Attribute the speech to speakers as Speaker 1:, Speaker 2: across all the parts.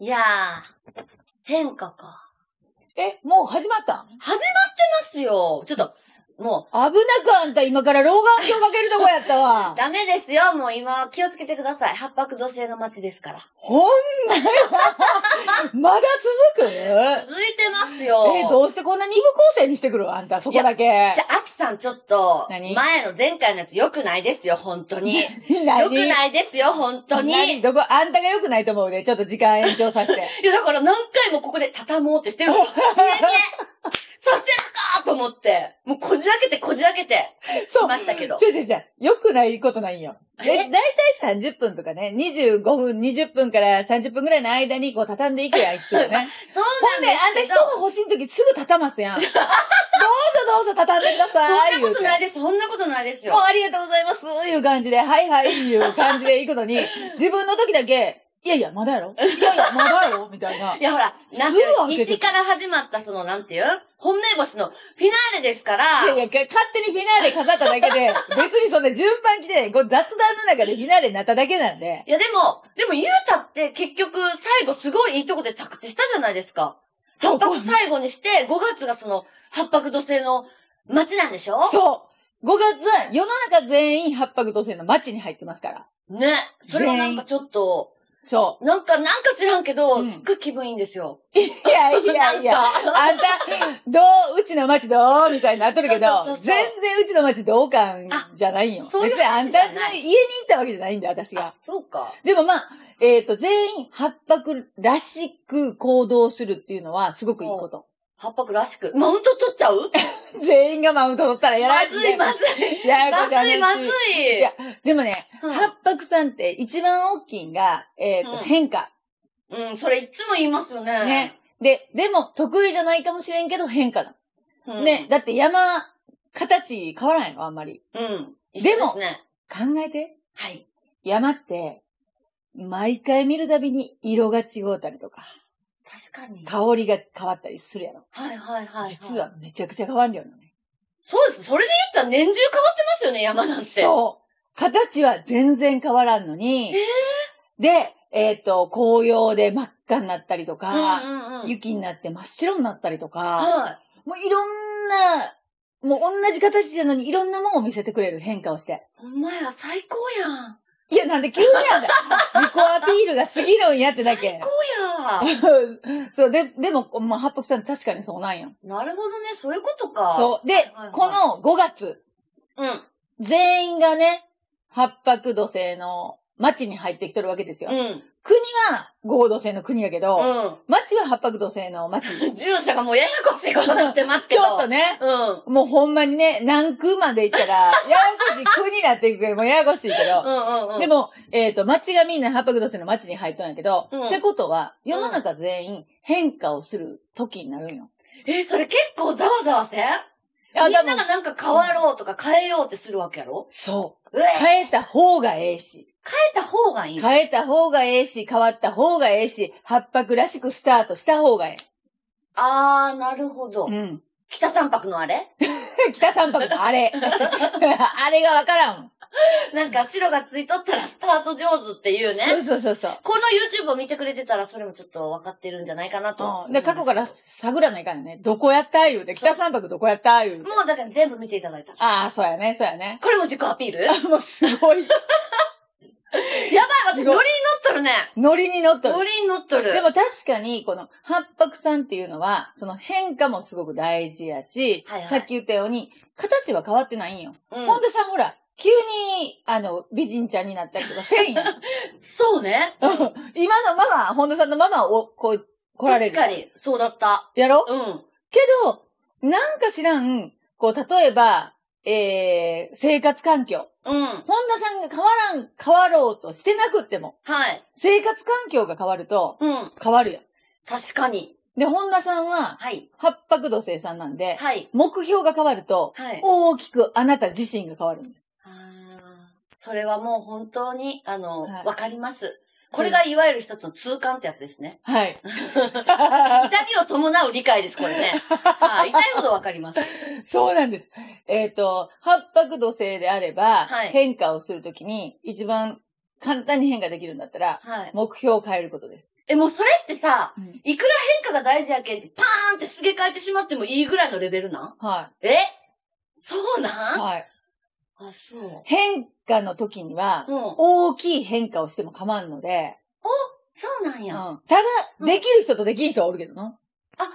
Speaker 1: いやー、変化か。
Speaker 2: え、もう始まったん
Speaker 1: 始まってますよ。ちょっと、も
Speaker 2: 危なくあんた今から老眼鏡かけるとこやったわ
Speaker 1: う、。ダメですよ。もう今は気をつけてください。八白土星の街ですから。
Speaker 2: ほんまやまだ続くえ、
Speaker 1: 続いてますよ。
Speaker 2: どうしてこんな二部構成にしてくるあんた、そこだけ
Speaker 1: じ。ゃあ、アキさんちょっと、前
Speaker 2: 何
Speaker 1: の前回のやつ良くないですよ、本当に。良
Speaker 2: みんな
Speaker 1: くないですよ、本当に。
Speaker 2: 何
Speaker 1: い
Speaker 2: どこ、あんたが良くないと思うで、ちょっと時間延長させて。
Speaker 1: や、だから何回もここで畳もうってしてるん ですよ。見え見えさせるかと思って。もうこじ開けてこじ開けて。し
Speaker 2: そう。
Speaker 1: ましたけど。
Speaker 2: 違う違う違う。良くないことないんよ。え、だ
Speaker 1: え
Speaker 2: いたい30分とかね、25分、20分から30分ぐらいの間にこう畳んでいけや、いくよね。
Speaker 1: そう
Speaker 2: ほんで、あ
Speaker 1: なんん
Speaker 2: た
Speaker 1: ですけ
Speaker 2: 人
Speaker 1: ど。
Speaker 2: の欲しい時すぐ畳ま すやん。どうぞどうぞ畳んでください。
Speaker 1: そんなことない
Speaker 2: で
Speaker 1: です、そんなことないです
Speaker 2: もう
Speaker 1: よ。
Speaker 2: ありがとうございます、いう感じで、はいはい、いう感じで行くの に、自分の時だけ、いやいや、まだやろいやいや、まだや ろみたいな。
Speaker 1: いや、ほら、なん
Speaker 2: すぐ開
Speaker 1: てい
Speaker 2: け
Speaker 1: う、
Speaker 2: て
Speaker 1: 1から始まったその、なんていう本命星のフィナーレですから、
Speaker 2: いやいや、か勝手にフィナーレ飾っただ けで、別にそんな順番来て、こう雑談の中でフィナーレになっただけなんで。
Speaker 1: いや、でも、でも、ゆうたって結局、最後すごいいいとこで着地したじゃないですか。八
Speaker 2: そうこ
Speaker 1: 白最後にして、5月がその、八白土星の街なんでしょ
Speaker 2: そう。5月は世の中全員八白土星の街に入ってますから。
Speaker 1: ね。それはなんかちょっと、
Speaker 2: そ
Speaker 1: なんか、なんか知らんけど、
Speaker 2: うん
Speaker 1: すっごい気分いいんですよ。
Speaker 2: う。いやいやいや。
Speaker 1: なんか
Speaker 2: あんた、どう、うちの町どうみたいになっとるけど
Speaker 1: そうそうそうそう
Speaker 2: 全然うちの町どう感じゃないんよ。
Speaker 1: あそういう
Speaker 2: 別にあんたんち
Speaker 1: 話じ
Speaker 2: の
Speaker 1: ゃない
Speaker 2: 家に行ったわけじゃないんだよ、私
Speaker 1: あ
Speaker 2: が。
Speaker 1: そうか。
Speaker 2: でもまあ、えっ、と、全員八白らしく行動するっていうのはすごくいいこと。
Speaker 1: 八白らしく。マウント取っちゃう
Speaker 2: 全員がマウント取ったらやら
Speaker 1: ま
Speaker 2: れて
Speaker 1: ずい、まずい。
Speaker 2: やや
Speaker 1: ま
Speaker 2: こしい
Speaker 1: ずい、まず
Speaker 2: 話
Speaker 1: い。
Speaker 2: いやでもね、
Speaker 1: うん
Speaker 2: 八白さんって一番大きいんが、えっ、と、
Speaker 1: うん
Speaker 2: 変化。
Speaker 1: うん、それいつも言いますよね。
Speaker 2: ね。で、でも得意じゃないかもしれんけど変化だ。
Speaker 1: うん、
Speaker 2: ね。。だって山、形変わらんのあんまり。
Speaker 1: うん。
Speaker 2: で
Speaker 1: 一
Speaker 2: も
Speaker 1: 緒すね、
Speaker 2: 考えて。
Speaker 1: はい。
Speaker 2: 山って、毎回見るたびに色が違うたりとか、
Speaker 1: 確かに。は
Speaker 2: 香りが変わったりするやろ。
Speaker 1: いはいはい、はい。
Speaker 2: 実はめちゃくちゃ変わんよね。
Speaker 1: そうです。それで言ったら年中変わってますよね、山なんて。
Speaker 2: そう。形は全然変わらんのに、で、えっ、と、紅葉で真っ赤になったりと
Speaker 1: う
Speaker 2: か、
Speaker 1: んうんうん。
Speaker 2: 雪になって真っ白になったりとか、
Speaker 1: は
Speaker 2: もういろんな、もう同じ形なのにいろんなものを見せてくれる変化をして。
Speaker 1: い。ほんまや、最高やん。
Speaker 2: いや、なんで急にやん だ自己アピールが過ぎるんやってだ
Speaker 1: 最。
Speaker 2: け
Speaker 1: 高や。
Speaker 2: そう、で、でも、まあ、八白さん確かにそうなんや。
Speaker 1: なるほどね、そういうことか。
Speaker 2: そう。で、
Speaker 1: はいはい
Speaker 2: この5月、
Speaker 1: う。うん。
Speaker 2: 全員がね、八白土星の町に入ってきとるわけですよ。
Speaker 1: うん。
Speaker 2: 国は合土星の国やけど、
Speaker 1: う
Speaker 2: 町は八白土星の町。
Speaker 1: ん。住所がもうややこしいことになってますけ
Speaker 2: ち
Speaker 1: ど。
Speaker 2: ょっと
Speaker 1: ね。
Speaker 2: ね、
Speaker 1: うん。
Speaker 2: もうほんまにね、何区まで行ったら、ややこしい、区になっていくけど、もうややこしいけ
Speaker 1: う
Speaker 2: ど。
Speaker 1: んうんうん。
Speaker 2: でも、えっ、と、町がみんな八白土星の町に入ったんやけど、
Speaker 1: うん
Speaker 2: ってことは、世の中全員変化をする時になるんよ。
Speaker 1: え、それ結構ざわざわせん
Speaker 2: あ、
Speaker 1: みん
Speaker 2: 多
Speaker 1: な
Speaker 2: 分
Speaker 1: が、なんか変わろうとか変えようってするわけやろ
Speaker 2: そう。
Speaker 1: うえ、変え
Speaker 2: 変えた方がええし、
Speaker 1: た方がいい。
Speaker 2: 変えた方がええし、変わった方がええし、八白らしくスタートした方がええ。
Speaker 1: あー、なるほど
Speaker 2: う。ん。
Speaker 1: 北三泊のあれ
Speaker 2: 北三白の あれ。あれがわからんもん。
Speaker 1: なんか白がついとったらスタート上手っていうね。
Speaker 2: そうそうそうそう。
Speaker 1: この YouTube を見てくれてたら、それもちょっと分かってるんじゃないかなと。
Speaker 2: うん、で、過去から探らないからね。どこやった言うて、北三白どこやった言うて
Speaker 1: もうだから全部見ていただいた。
Speaker 2: ああ、そうやね、そうやね。
Speaker 1: これも自己アピールやばい、
Speaker 2: もうすごい。
Speaker 1: 私
Speaker 2: す
Speaker 1: ノリに
Speaker 2: ごい
Speaker 1: 乗っとるね。
Speaker 2: ノリに乗っと
Speaker 1: ノ
Speaker 2: る。
Speaker 1: リに乗っとる。
Speaker 2: でも確かに、この、八白さんっていうのは、その変化もすごく大事やし、
Speaker 1: はいはい
Speaker 2: さっき言ったように、形は変わってないんよ。
Speaker 1: うん、
Speaker 2: ほんでさ、ほら、急に、あの、美人ちゃんになったりとかせんやん。
Speaker 1: そうね。
Speaker 2: 今のママ、本田さんのママを、こう、来られ
Speaker 1: 確
Speaker 2: る。
Speaker 1: かに、そうだった。
Speaker 2: やろ
Speaker 1: うん。
Speaker 2: けど、なんか知らん、こう、例えば、えー、生活環境。
Speaker 1: うん。
Speaker 2: 本田さんが変わらん、変わろうとしてなくっても、
Speaker 1: はい。
Speaker 2: 生活環境が変わると、
Speaker 1: うん。
Speaker 2: 変わるよ。
Speaker 1: 確かに。
Speaker 2: で、本田さんは、
Speaker 1: はい。
Speaker 2: 八白土星さんなんで、
Speaker 1: はい。
Speaker 2: 目標が変わると、
Speaker 1: はい。
Speaker 2: 大きくあなた自身が変わるんです。
Speaker 1: あーそれはもう本当に、あの、
Speaker 2: はい
Speaker 1: わかります。これがいわゆる一つの痛感ってやつですね。
Speaker 2: はい。
Speaker 1: 痛みを伴う理解です、これね。はい痛いほどわかります。
Speaker 2: そうなんです。えっ、と、八白土星であれば、
Speaker 1: はい
Speaker 2: 変化をするときに、一番簡単に変化できるんだったら、
Speaker 1: はい。
Speaker 2: 目標を変えることです。
Speaker 1: え、もうそれってさ、
Speaker 2: うん
Speaker 1: いくら変化が大事やけんって、パーンってすげ替えてしまってもいいぐらいのレベルなん
Speaker 2: は。
Speaker 1: えそうないん、
Speaker 2: はい。
Speaker 1: あ、そう。
Speaker 2: 変化の時には、
Speaker 1: うん。お、
Speaker 2: 大きい変化をしても構わんので、
Speaker 1: そうなん
Speaker 2: うん
Speaker 1: や。あ、
Speaker 2: た
Speaker 1: う
Speaker 2: だ、
Speaker 1: ん
Speaker 2: できる人とできん人はおるけどな。
Speaker 1: みんなが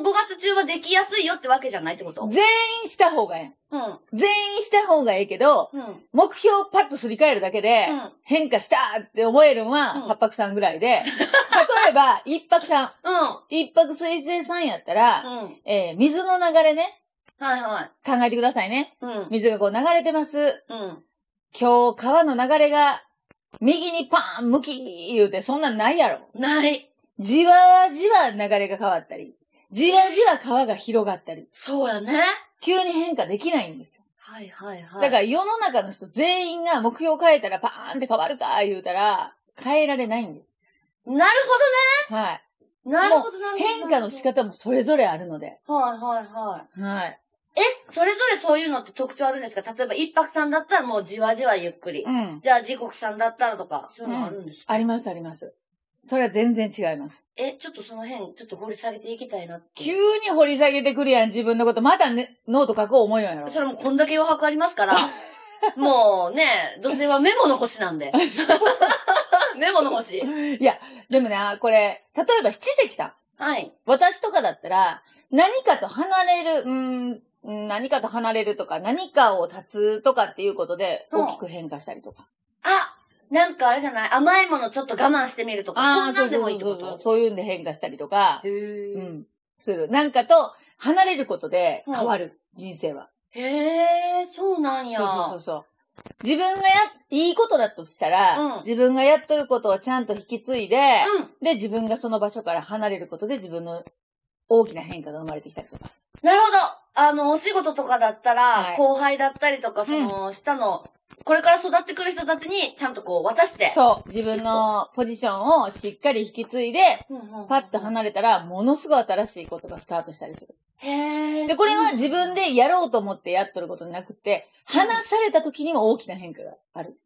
Speaker 1: この5月中はできやすいよってわけじゃないってこと
Speaker 2: 全員した方がえ
Speaker 1: うん。うん。
Speaker 2: え。全員した方がええけど、
Speaker 1: うん。
Speaker 2: 目標をパッとすり替えるだけで、変化したって思えるのは、
Speaker 1: うん
Speaker 2: 八白さんぐらいで、例 えば、一泊さん。
Speaker 1: う
Speaker 2: 一泊水前さんやったら、
Speaker 1: ん。うん。
Speaker 2: えー水の流れね、
Speaker 1: はいはい。
Speaker 2: 考えてくださいね。
Speaker 1: うん。
Speaker 2: 水がこう流れてます。
Speaker 1: うん。
Speaker 2: 今日、川の流れが、右にパーン、向き、言うて、そんなんないやろ。
Speaker 1: ない。
Speaker 2: じわじわ流れが変わったり、じわじわ川が広がったり、
Speaker 1: そうやね。
Speaker 2: 急に変化できないんですよ。
Speaker 1: はいはいはい。
Speaker 2: だから世の中の人全員が目標を変えたらパーンって変わるか、言うたら、変えられないんです。
Speaker 1: なる
Speaker 2: はい。
Speaker 1: ほどね。なるほどなるほど。
Speaker 2: 変化の仕。方もそれぞれあるので。
Speaker 1: はいはいはい。
Speaker 2: はい。
Speaker 1: え、それぞれそういうのって特徴あるんですか例えば一泊さんだったらもうじわじわゆっくり。
Speaker 2: うん。
Speaker 1: じゃあ時刻さんだったらとか、そういうのあるんですか、
Speaker 2: ありますあります。それは全然違います。
Speaker 1: え、ちょっとその辺、ちょっと掘り下げていきたいなって。
Speaker 2: 急に掘り下げてくるやん、自分のこと。またね、ノート書こう思うやろ。
Speaker 1: それもこんだけ余白あります から、もうね、女性はメモの星なんで。 メモの星。
Speaker 2: でもな、これ、例えば七石さん。
Speaker 1: はい。
Speaker 2: 私とかだったら、何かと離れる、うーんうん、何かと離れるとか、何かを断つとかっていうことで、
Speaker 1: うん
Speaker 2: 大きく変化したりとか。
Speaker 1: あ、なんかあれじゃない甘いものちょっと我慢してみるとか、そんなんでもいいってこ
Speaker 2: そうそうそう
Speaker 1: と
Speaker 2: そういうんで変化したりとか
Speaker 1: へ、ー
Speaker 2: うん、する。なんかと離れることで変わる、人生は。
Speaker 1: へえ、そうなんや。
Speaker 2: そうそうそうそう。自分がや、いいことだとしたら、
Speaker 1: うん
Speaker 2: 自分がやっとることをちゃんと引き継いで、
Speaker 1: うん。
Speaker 2: で、自分がその場所から離れることで自分の大きな変化が生まれてきたりとか。
Speaker 1: なるほど。あの、お仕事とかだったら、
Speaker 2: はい
Speaker 1: 後輩だったりとか、その、下の、これから育ってくる人たちに、ちゃんとこう、渡して。
Speaker 2: そう。自分のポジションをしっかり引き継いで、
Speaker 1: うんうんうん
Speaker 2: パッと離れたら、ものすごい新しいことがスタートしたりする。
Speaker 1: へー
Speaker 2: で、これは自分。でやろうと思ってやっとることなくて、話された時にも大きな変化がある。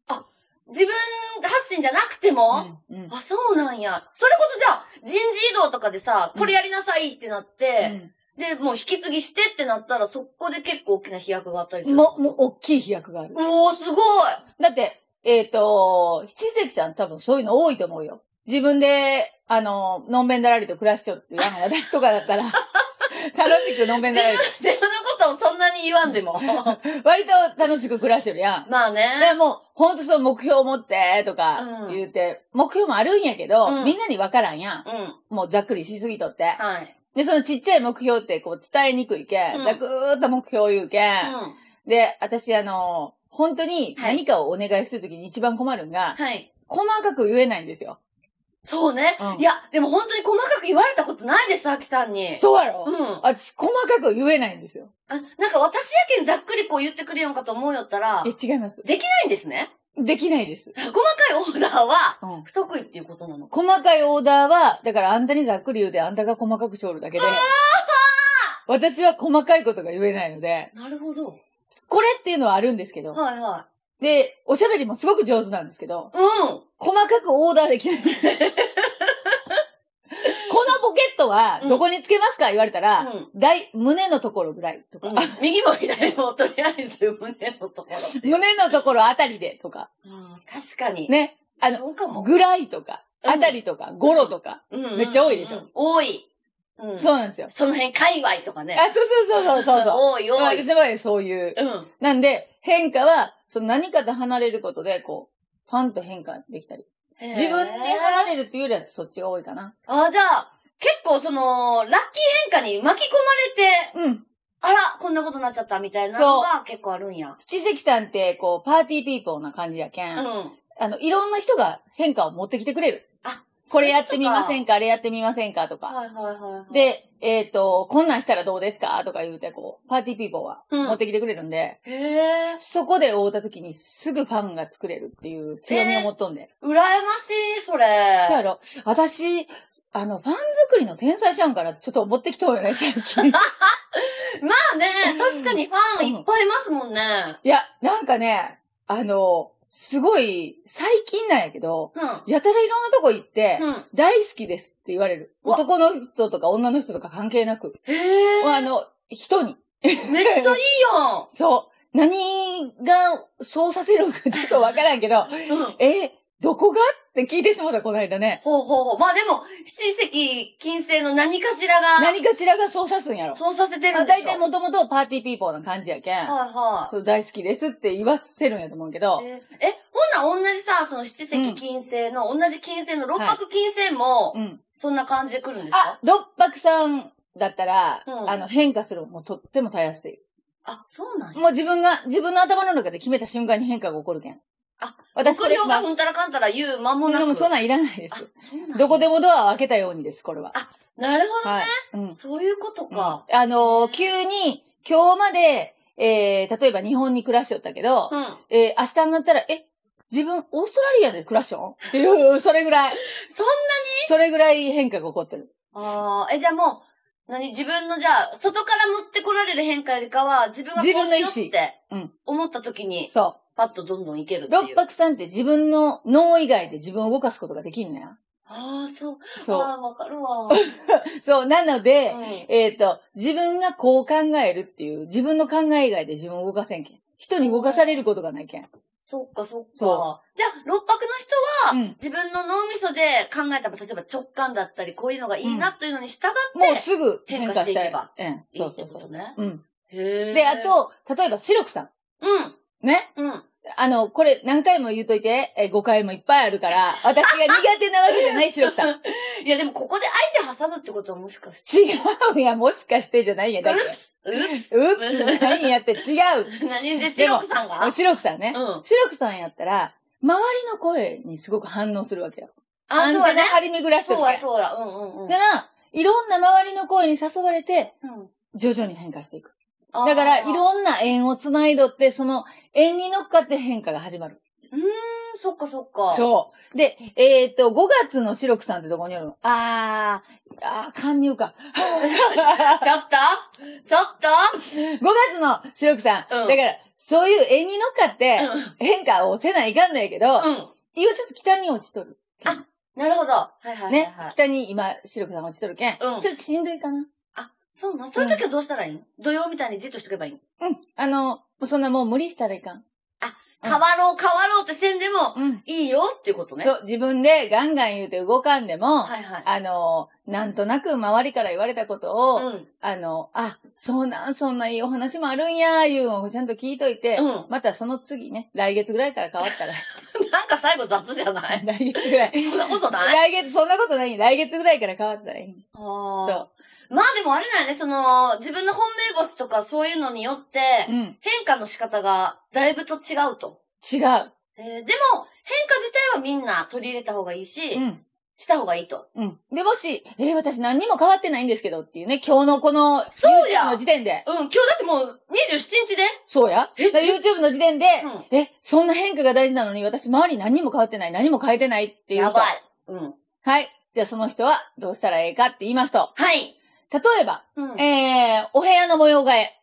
Speaker 1: 自分発信じゃなくても、
Speaker 2: うんうん
Speaker 1: あ、そうなんや。それこそじゃあ、人事異動とかでさ、
Speaker 2: うん
Speaker 1: これやりなさいってなっ
Speaker 2: う
Speaker 1: て、
Speaker 2: ん
Speaker 1: で、もう引き継ぎしてってなったら、そこで結構大きな飛躍があったりする。
Speaker 2: も、もう、大きい飛躍がある。
Speaker 1: おー、すごい
Speaker 2: だって、えっ、と、七石さん多分そういうの多いと思うよ。自分で、あの、のんべんだらりと暮らしちゃうっていう、あの私とかだっ たら、楽しく のんべん
Speaker 1: 自
Speaker 2: だら
Speaker 1: 分
Speaker 2: り、
Speaker 1: 自分のことをそんなに言わんで も。
Speaker 2: 割と楽しく暮らしてるやん。
Speaker 1: まあね。
Speaker 2: でもう、ほんとその目標を持って、とか
Speaker 1: うん
Speaker 2: 言うて、目標もあるんやけど、
Speaker 1: うん
Speaker 2: みんなにわからんやん。
Speaker 1: うん。
Speaker 2: もうざっくりしすぎとって。
Speaker 1: はい。
Speaker 2: で、そのちっちゃい目標ってこう伝えにくいけん、
Speaker 1: うん
Speaker 2: ざくーっと目標を言うけん。
Speaker 1: うん。
Speaker 2: で、私あの、本当に
Speaker 1: はい
Speaker 2: 何かをお願いするときに一番困るんが、
Speaker 1: はい。
Speaker 2: 細かく言えないんですよ。
Speaker 1: そうね。
Speaker 2: うん
Speaker 1: いや、でも本当に細かく言われたことないです、アキさんに。
Speaker 2: そうやろ、
Speaker 1: うん。あ、
Speaker 2: 私、細かく言えないんですよ。
Speaker 1: なんか私やけんざっくりこう言ってくれよんかと思うよったら、
Speaker 2: え、
Speaker 1: で
Speaker 2: 違います。
Speaker 1: きないんですね。
Speaker 2: できないです。
Speaker 1: 細かいオーダーは、
Speaker 2: うん。
Speaker 1: 不得意っていうことなのか。
Speaker 2: 細かいオーダーは、だからあんたにざっくり言うて、あんたが細かくしょるだけで、私は細かいことが言えないので、
Speaker 1: なるほど。
Speaker 2: これっていうのはあるんですけど、
Speaker 1: はいは
Speaker 2: で、おしゃべりもすごく上手なんですけど、
Speaker 1: い。うん。
Speaker 2: 細かくオーダーできないん です。このポケットは、どこにつけますか言われたら、
Speaker 1: うん
Speaker 2: 大、胸のところぐらいとか、
Speaker 1: うん、右も左もとりあえず胸のところ。
Speaker 2: 胸のところあたりでとか、
Speaker 1: あー確かに。。
Speaker 2: ね、あの
Speaker 1: そうかも。
Speaker 2: ぐらいとか、
Speaker 1: うん
Speaker 2: あたりとか、ゴロとか、
Speaker 1: うんうんうん
Speaker 2: めっちゃ多いでしょ。
Speaker 1: 多い。うん。
Speaker 2: そうなんですよ。
Speaker 1: その辺、界隈とかね。
Speaker 2: あ、そうそうそうそうそうそう。
Speaker 1: 多い多い。
Speaker 2: 私の場合はそういう。
Speaker 1: うん。
Speaker 2: なんで、変化は、その何かと離れることで、こう、パンと変化できたり。自分で離れるというよりはそっちが多いかな。
Speaker 1: あ、じゃあ、結構その、ラッキー変化に巻き込まれて、
Speaker 2: うん。
Speaker 1: あら、こんなことになっちゃったみたいなのが結構あるんや。
Speaker 2: 七関さんって、こう、パーティーピーポーな感じやけ。
Speaker 1: うんん。
Speaker 2: あの、いろんな人が変化を持ってきてくれる。
Speaker 1: あ、
Speaker 2: これやってみませ
Speaker 1: ん
Speaker 2: んかあれやってみませんかとか。
Speaker 1: はいはいはいはい。、
Speaker 2: で、えっ、と、こんなんしたらどうですかとか言うて、こう、パーティーピーポーは
Speaker 1: うん
Speaker 2: 持ってきてくれるんで、
Speaker 1: へえ、
Speaker 2: そこで会うた時にすぐファンが作れるっていう強みを持っとんで。
Speaker 1: 羨ましい、それ。
Speaker 2: そうやろ。私、あの、ファン作りの天才ちゃうんから、ちょっと持ってきとうよね、最近。
Speaker 1: まあね、確かにファンいっぱいいますもんね。
Speaker 2: いや、なんかね、あの、すごい、最近なんやけど、
Speaker 1: うん。
Speaker 2: やたらいろんなとこ行って、
Speaker 1: うん。
Speaker 2: 大好きですって言われる。
Speaker 1: うわ
Speaker 2: 男の人とか女の人とか関係なく。
Speaker 1: へえ。
Speaker 2: あの、人に。
Speaker 1: めっちゃいいや
Speaker 2: そう。何がそうさせるのかちょっとわからんけど、
Speaker 1: ん。うん。
Speaker 2: え、どこがって聞いてしもうた、この間ね。
Speaker 1: ほうほうほう。まあでも、七石金星の何かしらが、
Speaker 2: 何かしらがそうさすんやろ。
Speaker 1: そうさせて
Speaker 2: ま
Speaker 1: る
Speaker 2: あ、
Speaker 1: んでし
Speaker 2: 大
Speaker 1: ょ。
Speaker 2: 体もともとパーティーピーポーな感じやけん、
Speaker 1: はいはい。
Speaker 2: そう大好きですって言わせるんやと思うけど、
Speaker 1: え、えほんなら同じさ、その七石金星の、同じ金星の六白金星も、
Speaker 2: うん。
Speaker 1: そんな感じで来るんです
Speaker 2: あ
Speaker 1: か、
Speaker 2: 六白さんだったら、
Speaker 1: うん
Speaker 2: あの、変化するのもとってもたやすい。
Speaker 1: あ、そうなんや。
Speaker 2: もう自分が、自分の頭の中で決めた瞬間に変化が起こるけん。
Speaker 1: あ、
Speaker 2: 私こ
Speaker 1: 目
Speaker 2: れし
Speaker 1: 標が
Speaker 2: ます。
Speaker 1: ふんたらかんたら言う間もな
Speaker 2: で
Speaker 1: く。
Speaker 2: もそんなんいらないで
Speaker 1: あ
Speaker 2: す。
Speaker 1: そうなんや
Speaker 2: どこでもドアを開けたようにです、これは。
Speaker 1: なるほど、
Speaker 2: はい。うん。
Speaker 1: そういうことか。
Speaker 2: うんあのー急に、今日まで、えー、例えば日本に暮らしよったけど、
Speaker 1: うん。
Speaker 2: えー、明日になったら、え、自分、オーストラリアで暮らしよんっていう、それぐらい。
Speaker 1: そんな、
Speaker 2: それぐらい変化が起こってる。
Speaker 1: ああ、え、じゃあもう、何自分の、じゃあ、外から持ってこられる変化よりかは、自分がこうしよう
Speaker 2: 自
Speaker 1: って
Speaker 2: の意思うん、
Speaker 1: 思った時に、
Speaker 2: そ
Speaker 1: パッとどんどんいけるっ
Speaker 2: う。
Speaker 1: ていう。
Speaker 2: 六白さんって自分の脳以外で自分を動かすことができんのや。
Speaker 1: ああ、そう。
Speaker 2: そ
Speaker 1: ああ、わかるわ。
Speaker 2: う。そう。なので、
Speaker 1: うん
Speaker 2: えっ、と、自分がこう考えるっていう、自分の考え以外で自分を動かせんけん。人に動かされることがないけん。
Speaker 1: そっか、そっか。じゃ
Speaker 2: そ
Speaker 1: あ、六白の人は
Speaker 2: うん。
Speaker 1: 自分の脳みそで考えた、例えば直感だったり、こういうのがいいなというのに従って、
Speaker 2: もうすぐ変
Speaker 1: 変
Speaker 2: 化
Speaker 1: 化し
Speaker 2: して
Speaker 1: い
Speaker 2: た
Speaker 1: けば
Speaker 2: ら。うん。
Speaker 1: いい
Speaker 2: そう
Speaker 1: って
Speaker 2: そ
Speaker 1: こ
Speaker 2: うそ
Speaker 1: と
Speaker 2: う。
Speaker 1: ね。
Speaker 2: うん。
Speaker 1: へー
Speaker 2: で、あ、と、例えば、シロクさ。
Speaker 1: うん
Speaker 2: ね。
Speaker 1: ん、うん。
Speaker 2: あの、これ何回も言うといて、えー、誤解もいっぱいある から、私が苦手なわけじゃない、シロクさん。違
Speaker 1: いや、でもここで相手挟むってことはもしかして。
Speaker 2: うんや、もしかしてじゃないんや、
Speaker 1: う
Speaker 2: だ
Speaker 1: っ
Speaker 2: っ て。
Speaker 1: すうっす
Speaker 2: うっす、ないんやって違う。
Speaker 1: 何で白くさんが
Speaker 2: シロクさんね。
Speaker 1: うん。
Speaker 2: シロクさんやったら、周りの声にすごく反応するわけよ。
Speaker 1: あ、
Speaker 2: アン
Speaker 1: そうや
Speaker 2: テ
Speaker 1: ね
Speaker 2: ナ。張り巡らしてる
Speaker 1: そう
Speaker 2: わ
Speaker 1: や、
Speaker 2: け。
Speaker 1: そうや。うんうんうん
Speaker 2: だから、いろんな周りの声に誘われて、
Speaker 1: うん。
Speaker 2: 徐々に変化していく。
Speaker 1: あー
Speaker 2: だから、いろんな縁を繋いどって、その縁に乗っかって変化が始まる。
Speaker 1: うーん、そっかそっか。
Speaker 2: そう。で、えっ、と、5月のシロクさんってどこにおるのあー、あー、勧入か。
Speaker 1: ちょっとちょっと
Speaker 2: 5月のシロクさん。
Speaker 1: うん
Speaker 2: だから、そういう縁に乗っかって
Speaker 1: うん。
Speaker 2: 変化をせないかんのやけど、
Speaker 1: うん。
Speaker 2: 今ちょっと北に落ちとる。
Speaker 1: なるほど。はいはいはいはい。
Speaker 2: ね。北に今、シロクさん落ちとるけん。
Speaker 1: うん
Speaker 2: ちょっとしんどいかな。
Speaker 1: そうなん。そういう時はどうしたらいいん土曜みたいにじっとしとけばいいん
Speaker 2: うん。あの、もうそんなもう無理したらいかん。うん
Speaker 1: 変わろう変わろうってせんでも、
Speaker 2: うん。
Speaker 1: いいよっていうことね。
Speaker 2: そう、自分でガンガン言うて動かんでも、
Speaker 1: はいはい。
Speaker 2: あの、なんとなく周りから言われたことを、
Speaker 1: うん。
Speaker 2: あの、あ、そうなん、そんないいお話もあるんや、いうのをちゃんと聞いといて、
Speaker 1: うん
Speaker 2: またその次ね、来月ぐらいから変わ ったら、
Speaker 1: なんか最後雑じゃな い
Speaker 2: 来月ぐらい。
Speaker 1: そんなことない
Speaker 2: 来月、そんなことない。来月ぐらいから変わったらいい。
Speaker 1: そ
Speaker 2: そ
Speaker 1: まあでもあれだよね、その、自分の本命星とかそういうのによって、
Speaker 2: う。うん。
Speaker 1: 変化の仕方がだいぶと違うと。
Speaker 2: 違
Speaker 1: えー
Speaker 2: う。
Speaker 1: でも、変化自体はみんな取り入れた方がいいし、
Speaker 2: うん。
Speaker 1: した方がいいと。
Speaker 2: うん。で、もし、えー私何にも変わってないんですけどっていうね、今日のこの、
Speaker 1: そうや
Speaker 2: YouTube の時点で。
Speaker 1: うん、今日だってもう27日で、
Speaker 2: そうや。
Speaker 1: え
Speaker 2: だから YouTube の時点で、
Speaker 1: う
Speaker 2: え、そんな変化が大事なのに、私周り何にも変わってない、何も変えてないっていう人。
Speaker 1: やばい。うん。
Speaker 2: はい。じゃあその人はどうしたらええかって言いますと、
Speaker 1: はい。
Speaker 2: 例えば、
Speaker 1: うん。
Speaker 2: えー、お部屋の模様替え。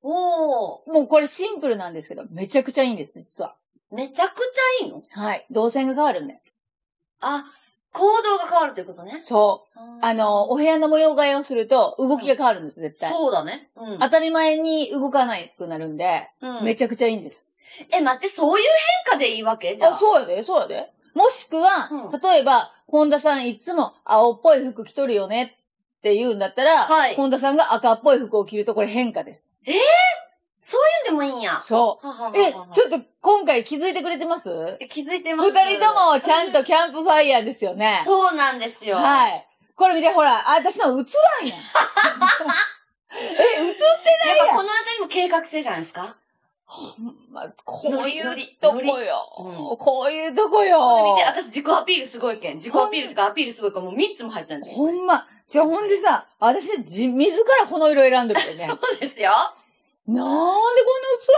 Speaker 1: お
Speaker 2: もうこれシンプルなんですけど、めちゃくちゃいいんです、実は。
Speaker 1: ー、めちゃくちゃいいの
Speaker 2: はい。動線が変わるんで。
Speaker 1: あ、行動が変わるということね。
Speaker 2: そ
Speaker 1: あ
Speaker 2: う。あの、、お部屋の模様替えをすると、動きが変わるんです、絶対。
Speaker 1: そうだね。うん。
Speaker 2: 当たり前に動かなくなるんで、
Speaker 1: うん
Speaker 2: めちゃくちゃいいんです。
Speaker 1: え、待って、そういう変化でいいわけじゃあ。
Speaker 2: あ、そうやで、そうやで。もしくは、
Speaker 1: う
Speaker 2: 例えば、本田さんいつも青っぽい服着とるよねって言うんだったら、
Speaker 1: はい
Speaker 2: 本田さんが赤っぽい服を着るとこれ変化です。
Speaker 1: でもいいんや。
Speaker 2: そ
Speaker 1: ははは
Speaker 2: う。え、ち
Speaker 1: っ
Speaker 2: ょっと今回気づいてくれてます
Speaker 1: と気づいてます。
Speaker 2: 二人ともちゃんとキャンプファイヤーですよね。
Speaker 1: そうなんですよ。い。
Speaker 2: はい。これ見て、ほら、あ、私の映ら んやん。え、映ってない
Speaker 1: やっ
Speaker 2: や
Speaker 1: ぱ
Speaker 2: ん
Speaker 1: このあたりも計画性じゃないですか
Speaker 2: まこうい
Speaker 1: ノ
Speaker 2: う
Speaker 1: リノ
Speaker 2: とこ
Speaker 1: リ
Speaker 2: よ。
Speaker 1: う
Speaker 2: こういうとこよ。
Speaker 1: 見て、私自己アピールすごいけん。自己アピールとかアピールすごいからもう3つも入ったんだよ。
Speaker 2: ほんま。じゃあほんでさ、私、じ、自らこの色選んでるよね。
Speaker 1: そうですよ。
Speaker 2: なんでこんな映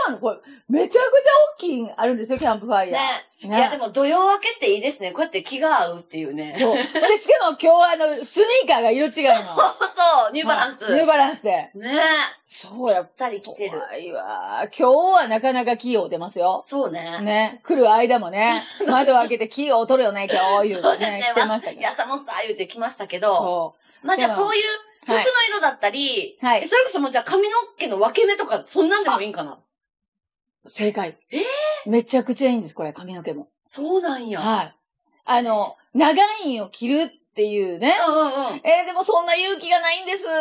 Speaker 2: らんのこれ、めちゃくちゃ大きいあるんですよ、キャンプファイ
Speaker 1: ね
Speaker 2: ヤー。。
Speaker 1: いや、でも土曜明けっていいですね。こうやって気が合うっていうね。そう
Speaker 2: そう。で、しかも今日はあの、スニーカーが色違うの。
Speaker 1: そう、 ニューバランス。
Speaker 2: はいニューバランスで。
Speaker 1: ね
Speaker 2: そうや
Speaker 1: ぴっ、たり来てる。
Speaker 2: 怖いわ。今日はなかなかキーを出ますよ。
Speaker 1: そうね。
Speaker 2: ね。来る間も ね、窓を開けてキーを取るよね、今日、言う
Speaker 1: そうで
Speaker 2: て
Speaker 1: すね
Speaker 2: ね、来てましたけ
Speaker 1: い
Speaker 2: ど。
Speaker 1: や、サモンスター言うてきましたけど。
Speaker 2: そ
Speaker 1: まあじゃあ
Speaker 2: でも
Speaker 1: そういう
Speaker 2: う。
Speaker 1: 服の
Speaker 2: はい。
Speaker 1: 色だったり、
Speaker 2: は
Speaker 1: え
Speaker 2: い。
Speaker 1: それこそもうじゃあ髪の毛の分け目とか、そんなんでもいいんかな
Speaker 2: 正解。
Speaker 1: え
Speaker 2: めちゃくちゃいいんです、これ、髪の毛も。
Speaker 1: そうなんや。
Speaker 2: はい。あの、長いんを着るっていうね。
Speaker 1: うんうんうん。
Speaker 2: えーでもそんな勇気がないんです。
Speaker 1: ま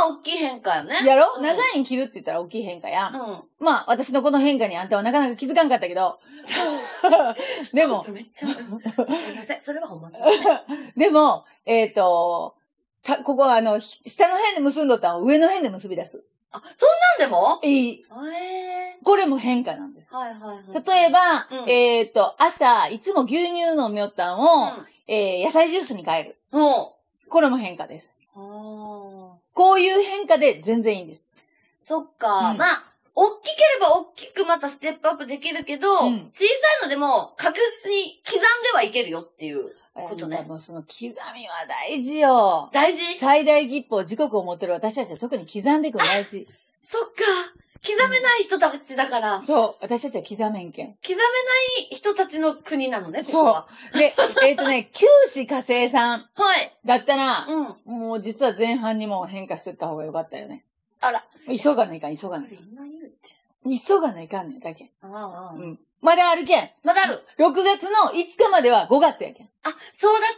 Speaker 1: あ大きい変化よね。
Speaker 2: や
Speaker 1: う
Speaker 2: ろ
Speaker 1: ん
Speaker 2: 長いん着るって言ったら大きい変化や。
Speaker 1: うんん。
Speaker 2: まあ、私のこの変化にあんたはなかなか気づかんかったけど。でも、
Speaker 1: めっ ちゃ、うんすいません。それはほん まそう。
Speaker 2: でも、えっ、と、た、ここはあの、ひ下の辺で結んどったのを上の辺で結び出す。
Speaker 1: あ、そんなんでも
Speaker 2: いい。
Speaker 1: ええ
Speaker 2: これも変化なんです。
Speaker 1: はいはいはい。
Speaker 2: 例えば、
Speaker 1: うん
Speaker 2: えっ、と、朝、いつも牛乳飲みよったんを、えー野菜ジュースに変える。
Speaker 1: うん。も
Speaker 2: これも変化です。
Speaker 1: う。ああ。
Speaker 2: こういう変化で全然いいんです。
Speaker 1: そっか。
Speaker 2: うん
Speaker 1: まあ、大きければ大きくまたステップアップできるけど、
Speaker 2: うん
Speaker 1: 小さいのでも確実に刻んではいけるよっていう。ことね
Speaker 2: あんたもうその刻みは大事よ。
Speaker 1: 大事
Speaker 2: 最大吉報、時刻を持ってる私たちは特に刻んでいくの大事。
Speaker 1: そっか。刻めない人たちだから、刻
Speaker 2: そう。私たちは刻めんけん。
Speaker 1: めない人たちの国なのね、ここは。
Speaker 2: で、 えっ、とね、九死火星さん
Speaker 1: はい。
Speaker 2: だったら、
Speaker 1: うん。
Speaker 2: もう実は前半にもう変化してった方がよかったよね。
Speaker 1: あら。
Speaker 2: 急がないかん、急がない。
Speaker 1: 今言うて。
Speaker 2: 急がないかんねん、だけん。
Speaker 1: ああ、ああ
Speaker 2: うん。まだあるけん。
Speaker 1: まだある。
Speaker 2: 6月の5日までは5月やけん。
Speaker 1: あ、そうだっ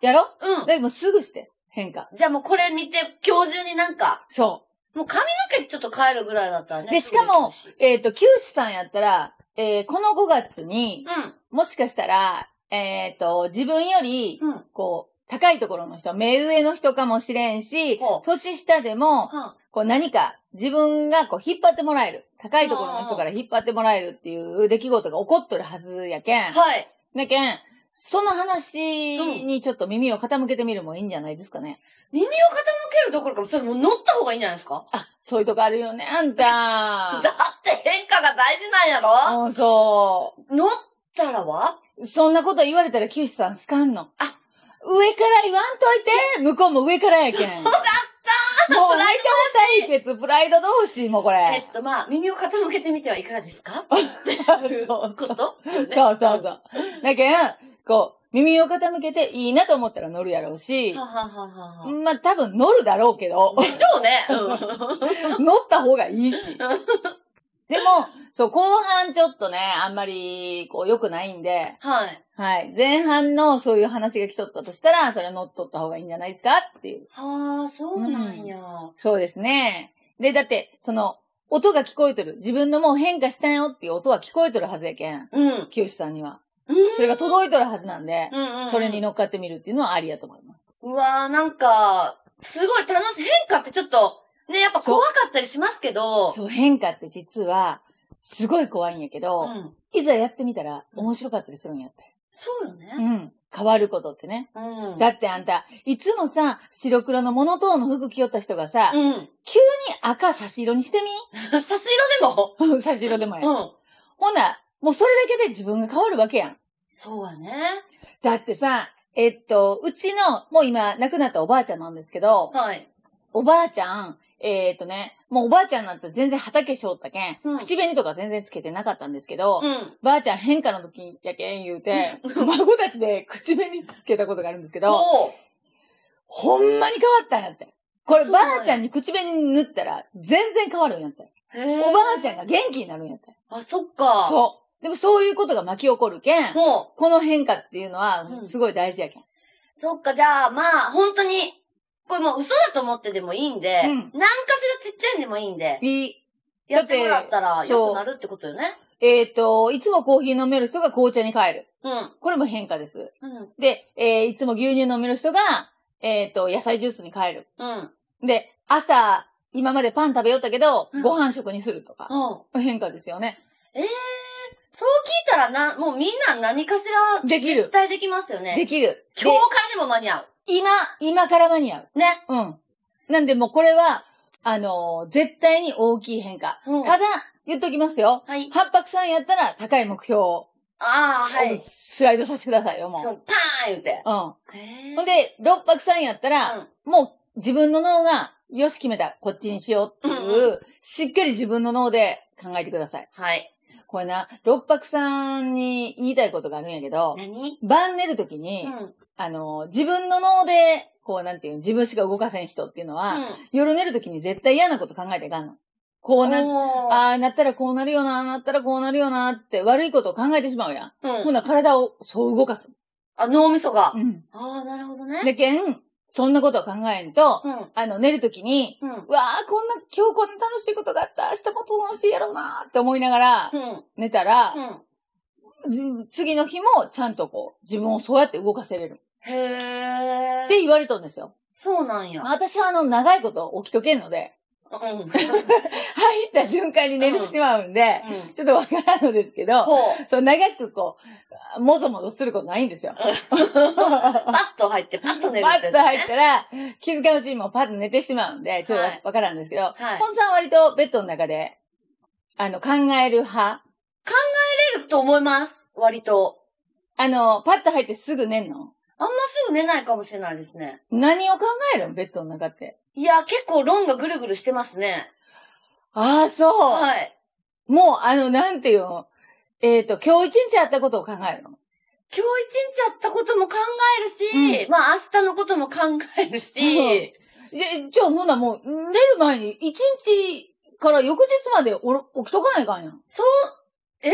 Speaker 2: やろ
Speaker 1: た。うん。
Speaker 2: でもすぐして、変化。
Speaker 1: じゃあもうこれ見て、今日中になんか、
Speaker 2: そ
Speaker 1: もう髪の毛ちょっと変えるぐらいだったらね。
Speaker 2: でしかも
Speaker 1: す
Speaker 2: う
Speaker 1: ぐ。で
Speaker 2: えっ、と、九死さんやったら、えーこの5月
Speaker 1: き、
Speaker 2: に
Speaker 1: るし
Speaker 2: もしかしたら、えっ、と、自分より、
Speaker 1: うん。うん。
Speaker 2: こう、高いところの人、目上の人かもしれんし
Speaker 1: ほう、
Speaker 2: 年下でも、
Speaker 1: は
Speaker 2: こう何か自分がこう引っ張ってもらえる。高いところの人から引っ張ってもらえるっていう出来事が起こっとるはずやけん。
Speaker 1: はい。
Speaker 2: だけん、その話にちょっと耳を傾けてみるもいいんじゃないですかね。
Speaker 1: 耳を傾けるどころか、それもう乗った方がいいんじゃないですか
Speaker 2: あ、そういうとこあるよね、あんた
Speaker 1: だっ。て変化が大事なんやろ
Speaker 2: うん、そ
Speaker 1: 乗ったらは
Speaker 2: う。そんなこと言われたら、キュさん好かんの。
Speaker 1: あ、
Speaker 2: 上から言わんといて、向こうも上からやけん。そうだったもう、ライト対決、プライド同士、もうこ
Speaker 1: え
Speaker 2: れ
Speaker 1: っ。と、まあ、耳を傾けてみてはいかがです か
Speaker 2: そうそう
Speaker 1: ことそう
Speaker 2: そうそうそう。だけん、こう、耳を傾けていいなと思ったら乗るやろうし、
Speaker 1: ははははは。
Speaker 2: まあ多分乗るだろうけど
Speaker 1: で、しょうね。うん。
Speaker 2: 乗った方がいい し。でも、そう、後半ちょっとね、あんまり、こう、良くないんで、
Speaker 1: はい。
Speaker 2: はい。前半のそういう話が来とったとしたら、それは乗っとった方がいいんじゃないですかっていう。
Speaker 1: はあ、そうなんや。
Speaker 2: そうですね。で、だって、その、音が聞こえとる。自分のもう変化したよっていう音は聞こえとるはずやけん。
Speaker 1: うん。
Speaker 2: 清さんには。
Speaker 1: うん
Speaker 2: それが届いとるはずなんで、
Speaker 1: うんうん。
Speaker 2: それに乗っかってみるっていうのはありやと思います。
Speaker 1: うわー、なんか、すごい楽しい。変化ってちょっと、ね、やっぱ怖かったりしますけど。
Speaker 2: そう、変化って実は、すごい怖いんやけど、
Speaker 1: ん。
Speaker 2: いざやってみたら面白かったりするんやって。
Speaker 1: そうよ
Speaker 2: う
Speaker 1: ね。
Speaker 2: ん。変わることってね。
Speaker 1: うん。
Speaker 2: だってあんた、いつもさ、白黒のモノトーンの服着よった人がさ、
Speaker 1: うん。
Speaker 2: 赤差し色にして
Speaker 1: 差し色でも。
Speaker 2: み差し色でもや。
Speaker 1: うん。
Speaker 2: ほな、もうそれだけで自分が変わるわけやん。
Speaker 1: そうはね。
Speaker 2: だってさ、えっと、うちの、もう今亡くなったおばあちゃんなんですけど、
Speaker 1: はい。
Speaker 2: おばあちゃん、えーっとね、もうおばあちゃんなんて全然畑しょったけん、
Speaker 1: うん
Speaker 2: 口紅とか全然つけてなかったんですけど、
Speaker 1: うん。
Speaker 2: ばあちゃん変化の時やけん言うて、孫たちで口紅つけたことがあるんですけど、
Speaker 1: おう
Speaker 2: ほんまに変わったんやって。これ
Speaker 1: す
Speaker 2: ば
Speaker 1: ごい
Speaker 2: あちゃんに口紅塗ったら全然変わるんやって。
Speaker 1: へ
Speaker 2: お
Speaker 1: ー
Speaker 2: ばあちゃんが元気になるんやって。
Speaker 1: あ、そっか。
Speaker 2: そう。でもそういうことが巻き起こるけん、
Speaker 1: も
Speaker 2: この変化っていうの
Speaker 1: う
Speaker 2: は
Speaker 1: ん
Speaker 2: すごい大事やけん。
Speaker 1: う、そっか、じゃあ、まあ、本当に、これもう嘘だと思ってでもいいんで、
Speaker 2: う
Speaker 1: 何
Speaker 2: ん
Speaker 1: かしらちっちゃいんでもいいんで、
Speaker 2: いい
Speaker 1: やってもらった
Speaker 2: だっ
Speaker 1: ら
Speaker 2: て
Speaker 1: 良くなるってことよね。
Speaker 2: えっ、と、いつもコーヒー飲める人が紅茶に変える。
Speaker 1: うん。
Speaker 2: これも変化です。
Speaker 1: うん。
Speaker 2: で、えーいつも牛乳飲める人が、えっ、と、野菜ジュースに変える。
Speaker 1: うん。
Speaker 2: で、朝、今までパン食べよったけど
Speaker 1: うん、
Speaker 2: ご飯食にするとか。
Speaker 1: うん。
Speaker 2: 変化ですよね。
Speaker 1: そう聞いたらな、もうみんな何かしら、
Speaker 2: できる
Speaker 1: 絶。対できますよね。
Speaker 2: できる。
Speaker 1: 今日からでも間に合
Speaker 2: で今、今から間に合う。
Speaker 1: う。ね。
Speaker 2: うん。なんでもうこれは、あのー絶対に大きい変化。
Speaker 1: うん
Speaker 2: ただ、言っときますよ。
Speaker 1: はい。
Speaker 2: 八白さんやったら高い目標を
Speaker 1: ああ、はい。
Speaker 2: スライドさせてくださいよ、も。
Speaker 1: そうのパーン言って。
Speaker 2: う
Speaker 1: へ
Speaker 2: ん。
Speaker 1: ー
Speaker 2: ほんで、六白さんやったら、
Speaker 1: うん
Speaker 2: もう自分の脳が、よし決めた、こっちにしようっていう、
Speaker 1: うん
Speaker 2: しっかり自分の脳で考えてください。
Speaker 1: はい。
Speaker 2: これな、六白さんに言いたいことがあるんやけど、
Speaker 1: 何
Speaker 2: 晩寝るときに、
Speaker 1: うん。うん。
Speaker 2: あの、自分の脳で、こうなんていうの、自分しか動かせん人っていうのは、夜寝るときに絶対嫌なこと考えていかんの。こうな、
Speaker 1: おー
Speaker 2: ああ、なったらこうなるよな、なったらこうなるよなって悪いことを考えてしまうやん。
Speaker 1: う
Speaker 2: ほ
Speaker 1: ん。
Speaker 2: な体をそう動かす。
Speaker 1: あ、脳みそが。
Speaker 2: うん。
Speaker 1: ああ、なるほどね。
Speaker 2: でけん、そんなことを考えんと、
Speaker 1: うん。
Speaker 2: あの、寝るときに、
Speaker 1: うん。
Speaker 2: うわあ、こんな、今日こんな楽しいことがあった、明日も楽しいやろうなって思いながら
Speaker 1: うん。うん。
Speaker 2: 寝たら、
Speaker 1: うん。
Speaker 2: 次の日もちゃんとこう、自分をそうやって動かせれる。
Speaker 1: へ
Speaker 2: っ
Speaker 1: え。
Speaker 2: て言われとんですよ。
Speaker 1: そうなんや。
Speaker 2: 私はあの、長いこと起きとけんので、
Speaker 1: うん。 うん。
Speaker 2: 入った瞬間に寝てしまうんで、ちょっとわからんのですけど、
Speaker 1: ほう。
Speaker 2: そう、長くこう、もぞもぞすることないんですよ。
Speaker 1: パッと入って、パッと寝る
Speaker 2: パ
Speaker 1: ってね。
Speaker 2: ッと入ったら、気づかんうちにもうパッと寝てしまうんで、ちょっとわ
Speaker 1: はい
Speaker 2: わからんですけど、
Speaker 1: はい。
Speaker 2: 本さんは割とベッドの中で、あの、考える派
Speaker 1: 寝ると思います。割と。
Speaker 2: あの、パッと入ってすぐ寝んの
Speaker 1: あんますぐ寝ないかもしれないですね。
Speaker 2: 何を考えるんベッドの中って。
Speaker 1: いや、結構論がぐるぐるしてますね。
Speaker 2: ああ、そう。
Speaker 1: はい。
Speaker 2: もう、あの、なんていうのえっ、と、今日一日あったことを考えるの。
Speaker 1: 今日一日あったことも考えるし、まあ明日のことも考えるし、
Speaker 2: じゃ、じゃあほなもう、寝る前に、一日から翌日までおろ起きとかないかんやん。
Speaker 1: そう、え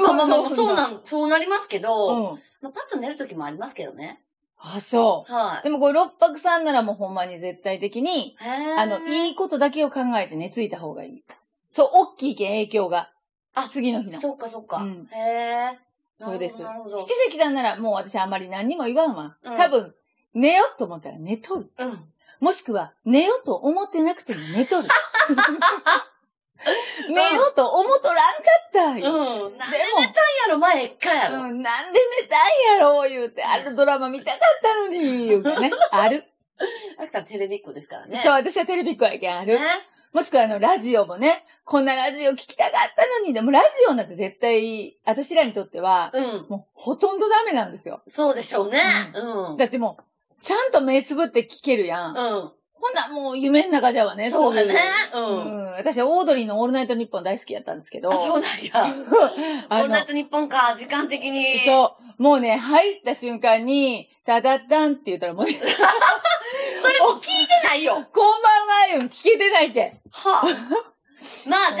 Speaker 1: まあまあまあ、
Speaker 2: そう
Speaker 1: そうなん、そうなりますけど、
Speaker 2: ん。
Speaker 1: まあ、パッと寝るときもありますけどね。
Speaker 2: あ、そ
Speaker 1: は
Speaker 2: う。
Speaker 1: い。
Speaker 2: でもこれ、六白さんならもうほんまに絶対的に、
Speaker 1: へえ。
Speaker 2: あの、いいことだけを考えて寝ついた方がいい。そう、大きいけん影響が。
Speaker 1: あ
Speaker 2: 次の日の。
Speaker 1: そっかそっか。
Speaker 2: うん
Speaker 1: へえ。
Speaker 2: そうです
Speaker 1: なるほど。なるほど
Speaker 2: 七関さんならもう私あんまり何にも言わんわ。
Speaker 1: うん
Speaker 2: 多分、寝ようと思ったら寝とる。
Speaker 1: うん。
Speaker 2: もしくは、寝ようと思ってなくても寝とる。 寝ようと思っとらんかったよ。
Speaker 1: うん。なんで
Speaker 2: で
Speaker 1: やろ、前一回や
Speaker 2: も、
Speaker 1: ろ。
Speaker 2: うん、なんで寝たんやろう言うて、あるドラマ見たかったのに、言うてね。 ある。
Speaker 1: あきさんテレビっ子ですからね。
Speaker 2: そう、私はテレビっ子やけん、あ
Speaker 1: ね
Speaker 2: る。。もしくはあの、ラジオもね、こんなラジオ聞きたかったのに、でもラジオなんて絶対、私らにとっては、
Speaker 1: うん。
Speaker 2: もうほとんどダメなんですよ。
Speaker 1: そうでしょうね。うん。
Speaker 2: だってもう、ちゃんと目つぶって聞けるやん。
Speaker 1: うん。
Speaker 2: ほんならもう夢の中じゃわね。
Speaker 1: そうだね
Speaker 2: いう。
Speaker 1: う。
Speaker 2: うんん。私はオードリーのオールナイトニッポン大好きやったんですけど。
Speaker 1: あ、そうなんや。オ
Speaker 2: あ
Speaker 1: ール
Speaker 2: の
Speaker 1: ナイト日本か、時間的に。う。
Speaker 2: そう。もうね、入った瞬間に、ただったんって言ったらもう、 こん
Speaker 1: それも聞いてないよ。は
Speaker 2: ばんはよ、聞けてないけん。
Speaker 1: あ。まあじゃあ、その辺も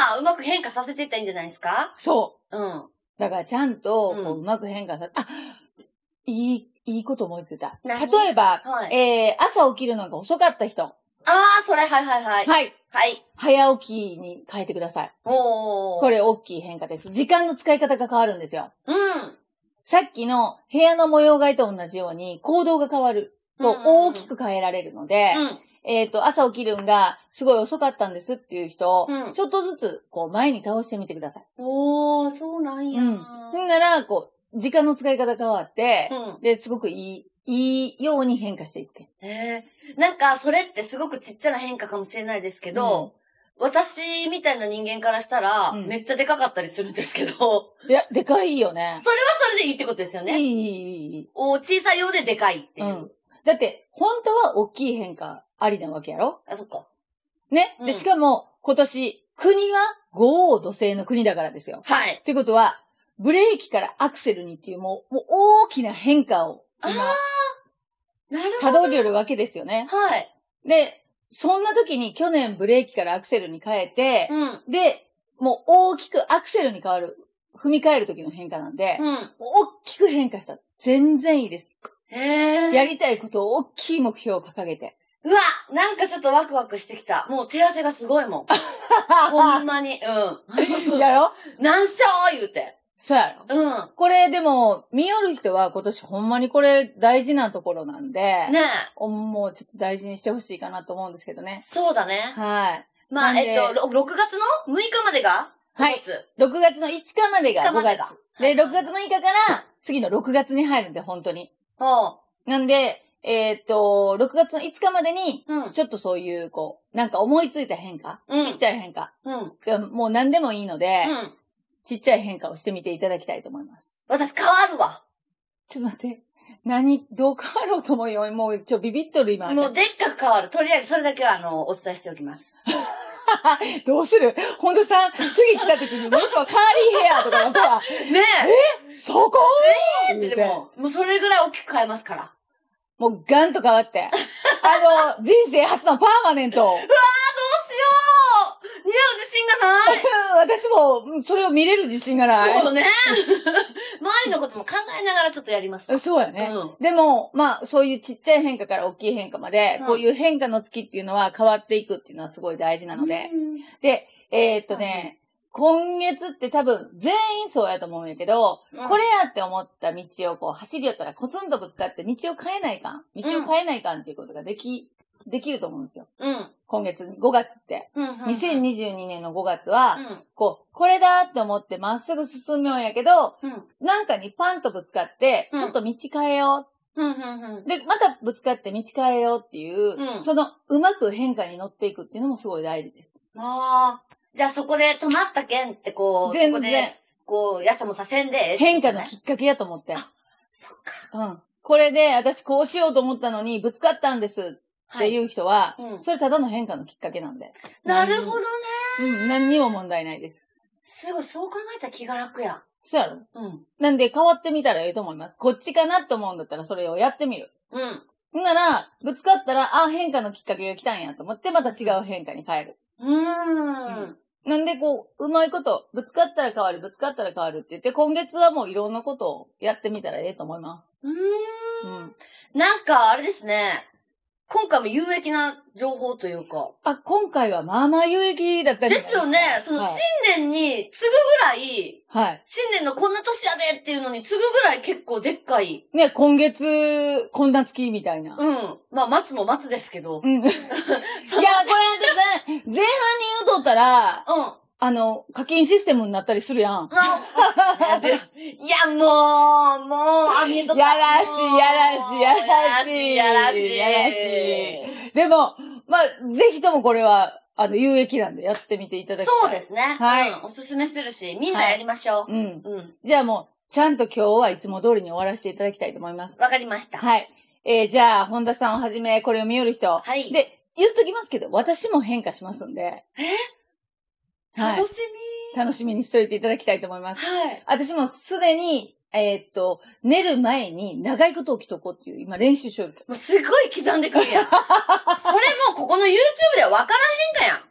Speaker 1: まあ、うまく変化させていったらいいんじゃないですか
Speaker 2: そ
Speaker 1: うん。
Speaker 2: う。だからちゃんと、こ
Speaker 1: う
Speaker 2: う、うまく変化さ、あ、いい、いいこと思いついた。例
Speaker 1: 何
Speaker 2: えば、
Speaker 1: はい。
Speaker 2: えー、朝起きるのが遅かった人。
Speaker 1: ああ、それ、はいはいはい。
Speaker 2: はい。
Speaker 1: はい。
Speaker 2: 早起きに変えてください。
Speaker 1: おー。
Speaker 2: こ
Speaker 1: れ。
Speaker 2: れ大きい変化です。時間の使い方が変わるんですよ。
Speaker 1: うん。
Speaker 2: さっきの部屋の模様替えと同じように行動が変わると大きく変えられるので、
Speaker 1: うん。
Speaker 2: えっ、と、朝起きるんがすごい遅かったんですっていう人を、
Speaker 1: うん
Speaker 2: ちょっとずつこう前に倒してみてください。
Speaker 1: おー、そうなんや。
Speaker 2: うんほんなら、こう、時間の使い方変わって、
Speaker 1: う
Speaker 2: で、すごくいい、いいように変化していって。
Speaker 1: ん。えー、なんか、それってすごくちっちゃな変化かもしれないですけど、私みたいな人間からしたら、
Speaker 2: うん
Speaker 1: めっちゃでかかったりするんですけど、そ
Speaker 2: いや、でかいよね。
Speaker 1: れでいいってことですよ
Speaker 2: い
Speaker 1: ね。
Speaker 2: いいいいい。
Speaker 1: お小さいようででかいっていうう。
Speaker 2: ん。だって、本当は大きい変化ありなわけやろ
Speaker 1: あ、そっか。
Speaker 2: ね。
Speaker 1: うん
Speaker 2: で、しかも、今年、国は五王土星の国だからですよ。
Speaker 1: はい。
Speaker 2: ってことは、ブレーキからアクセルにっていうもう、もう大きな変化を今、
Speaker 1: なるほど。
Speaker 2: 辿り寄るわけですよね。
Speaker 1: はい。
Speaker 2: で、そんな時に去年ブレーキからアクセルに変えて、
Speaker 1: うん。
Speaker 2: で、もう大きくアクセルに変わる、踏み替える時の変化なんで、
Speaker 1: うん。
Speaker 2: もう大きく変化した。全然いいです。
Speaker 1: へえ。
Speaker 2: やりたいことを大きい目標を掲 げて。
Speaker 1: うわなんかちょっとワクワクしてきた。もう手汗がすごい もん。ほんまに。うん。
Speaker 2: やろ
Speaker 1: 何勝言うて。
Speaker 2: そうやろ
Speaker 1: うん。
Speaker 2: これでも、見よる人は今年ほんまにこれ大事なところなんで、
Speaker 1: ね
Speaker 2: おもうちょっと大事にしてほしいかなと思うんですけど
Speaker 1: え。
Speaker 2: ね。
Speaker 1: そうだね。
Speaker 2: はい。
Speaker 1: ま
Speaker 2: なん
Speaker 1: あ、
Speaker 2: で
Speaker 1: えっと、ろ6月の6日までが
Speaker 2: はい
Speaker 1: 5月
Speaker 2: 6月の5日までが
Speaker 1: 5日ま
Speaker 2: 5
Speaker 1: で
Speaker 2: 月。
Speaker 1: が
Speaker 2: で、6月6日から次の6月に入るんで、本当に。
Speaker 1: おう
Speaker 2: なんで、ええっ、と、6月の5日までに、
Speaker 1: うん。
Speaker 2: ちょっとそういう、こう、なんか思いついた変化、
Speaker 1: うん
Speaker 2: ちっちゃい変化、
Speaker 1: うん。
Speaker 2: がもう何でもいいので、
Speaker 1: うん。
Speaker 2: ちっちゃい変化をしてみていただきたいと思います。
Speaker 1: 私変わるわ。
Speaker 2: ちょっと待って。何、どう変わろうと思うよ。もう、ちょ、ビビっとる今。
Speaker 1: もう
Speaker 2: 私
Speaker 1: でっかく変わる。とりあえずそれだけはあの、お伝えしておき ます。
Speaker 2: どうする本田さん、次来た時に、もうそのカーリーヘアとかがさ、
Speaker 1: ね
Speaker 2: そこ
Speaker 1: えってでも、もうそれぐらい大きく変えますから。
Speaker 2: もうガンと変わって。 あの、人生初のパーマネント。
Speaker 1: どうしよう似合う自信がない
Speaker 2: 私も、うんそれを見れる自信がない。
Speaker 1: そうね。 周りのことも考えながらちょっとやりますわ。
Speaker 2: そうや
Speaker 1: う
Speaker 2: ね。
Speaker 1: ん。
Speaker 2: でも、まあ、そういうちっちゃい変化から大きい変化まで、
Speaker 1: うん
Speaker 2: こういう変化の月っていうのは変わっていくっていうのはすごい大事なので。
Speaker 1: うん
Speaker 2: で、えーっとね、今月って多分全員そうやと思うんやけど、これやって思った道をこう走り寄ったらコツンとぶつかって道を変えないかん。道を変えないかんっていうことができ、できると思うんですよ。
Speaker 1: うん。
Speaker 2: 今月、5月って。
Speaker 1: うん。
Speaker 2: 2022年の5月は、
Speaker 1: うん。
Speaker 2: こう、これだって思ってまっすぐ進むんやけど、
Speaker 1: うん。
Speaker 2: なんかにパンとぶつかって、
Speaker 1: うん
Speaker 2: ちょっと道変えよ
Speaker 1: うん。うん
Speaker 2: う。。で、またぶつかって道変えようっていう、
Speaker 1: うん
Speaker 2: そのうまく変化に乗っていくっていうのもすごい大事です。
Speaker 1: ああ。じゃあそこで止まった件ってこう、そこ
Speaker 2: 全然
Speaker 1: で、こう、やさもさせんで。
Speaker 2: 変化のきっかけやと思って。
Speaker 1: あそっか。
Speaker 2: うん。これで私こうしようと思ったのにぶつかったんですっ
Speaker 1: は
Speaker 2: てい
Speaker 1: い。
Speaker 2: う人は、
Speaker 1: うん
Speaker 2: それただの変化のきっかけなんで。
Speaker 1: なるほどね。
Speaker 2: うん、何にも問題ないです。
Speaker 1: すごい、そう考えたら気が楽や。
Speaker 2: そうやろ
Speaker 1: うん。
Speaker 2: なんで変わってみたらいいと思います。こっちかなって思うんだったらそれをやってみる。
Speaker 1: うん。
Speaker 2: ほんなら、ぶつかったら、あ、変化のきっかけが来たんやと思って、また違う変化に変える。
Speaker 1: う
Speaker 2: う
Speaker 1: ーん。
Speaker 2: なんで、こう、うまいこと、ぶつかったら変わる、ぶつかったら変わるって言って、今月はもういろんなことをやってみたらええと思います。
Speaker 1: うーん。
Speaker 2: うん。
Speaker 1: なんか、あれですね。今回も有益な情報というか。
Speaker 2: あ、今回はまあまあ有益だったんじゃない
Speaker 1: ですよね。その
Speaker 2: はい
Speaker 1: 新年に次ぐぐらい、
Speaker 2: はい。
Speaker 1: 新年のこんな年やでっていうのに次ぐぐらい結構でっかい。
Speaker 2: ね、今月、こんな月みたいな。
Speaker 1: うん。まあ、待つも待つですけど。
Speaker 2: うん。いや、これ
Speaker 1: その
Speaker 2: って前半に言うとったら、
Speaker 1: うん。あ
Speaker 2: あの、課金システムになったりするや
Speaker 1: あ
Speaker 2: ん。
Speaker 1: いやいや、もう、もう、あみえとった
Speaker 2: やらしいやらしいやらしい
Speaker 1: やらしい、
Speaker 2: やらしでも、まあ、ぜひともこれは、あの、有益なんでやってみていただきたい。。
Speaker 1: そうですすね。
Speaker 2: はい
Speaker 1: うんおすすめするし、みんなやりましょう。
Speaker 2: うん。
Speaker 1: うん。
Speaker 2: じゃあもう、ちゃんと今日はいつも通りに終わらせていただきたいと思います。
Speaker 1: わかりました。
Speaker 2: はい。えー、じゃあ、本田さんをはじめ、これを見よる人。
Speaker 1: はい。
Speaker 2: で、言っときますけど、私も変化しますんで。えはい
Speaker 1: 楽。し
Speaker 2: 楽しみにしといていただきたいと思いま
Speaker 1: み。
Speaker 2: す。
Speaker 1: はい。
Speaker 2: 私もすでに、えーっと、寝る前に長いこと起きとこうっていう、今練習しよる。
Speaker 1: もうすごい刻んでくるやん。それもうここの YouTube ではわからへんかやん。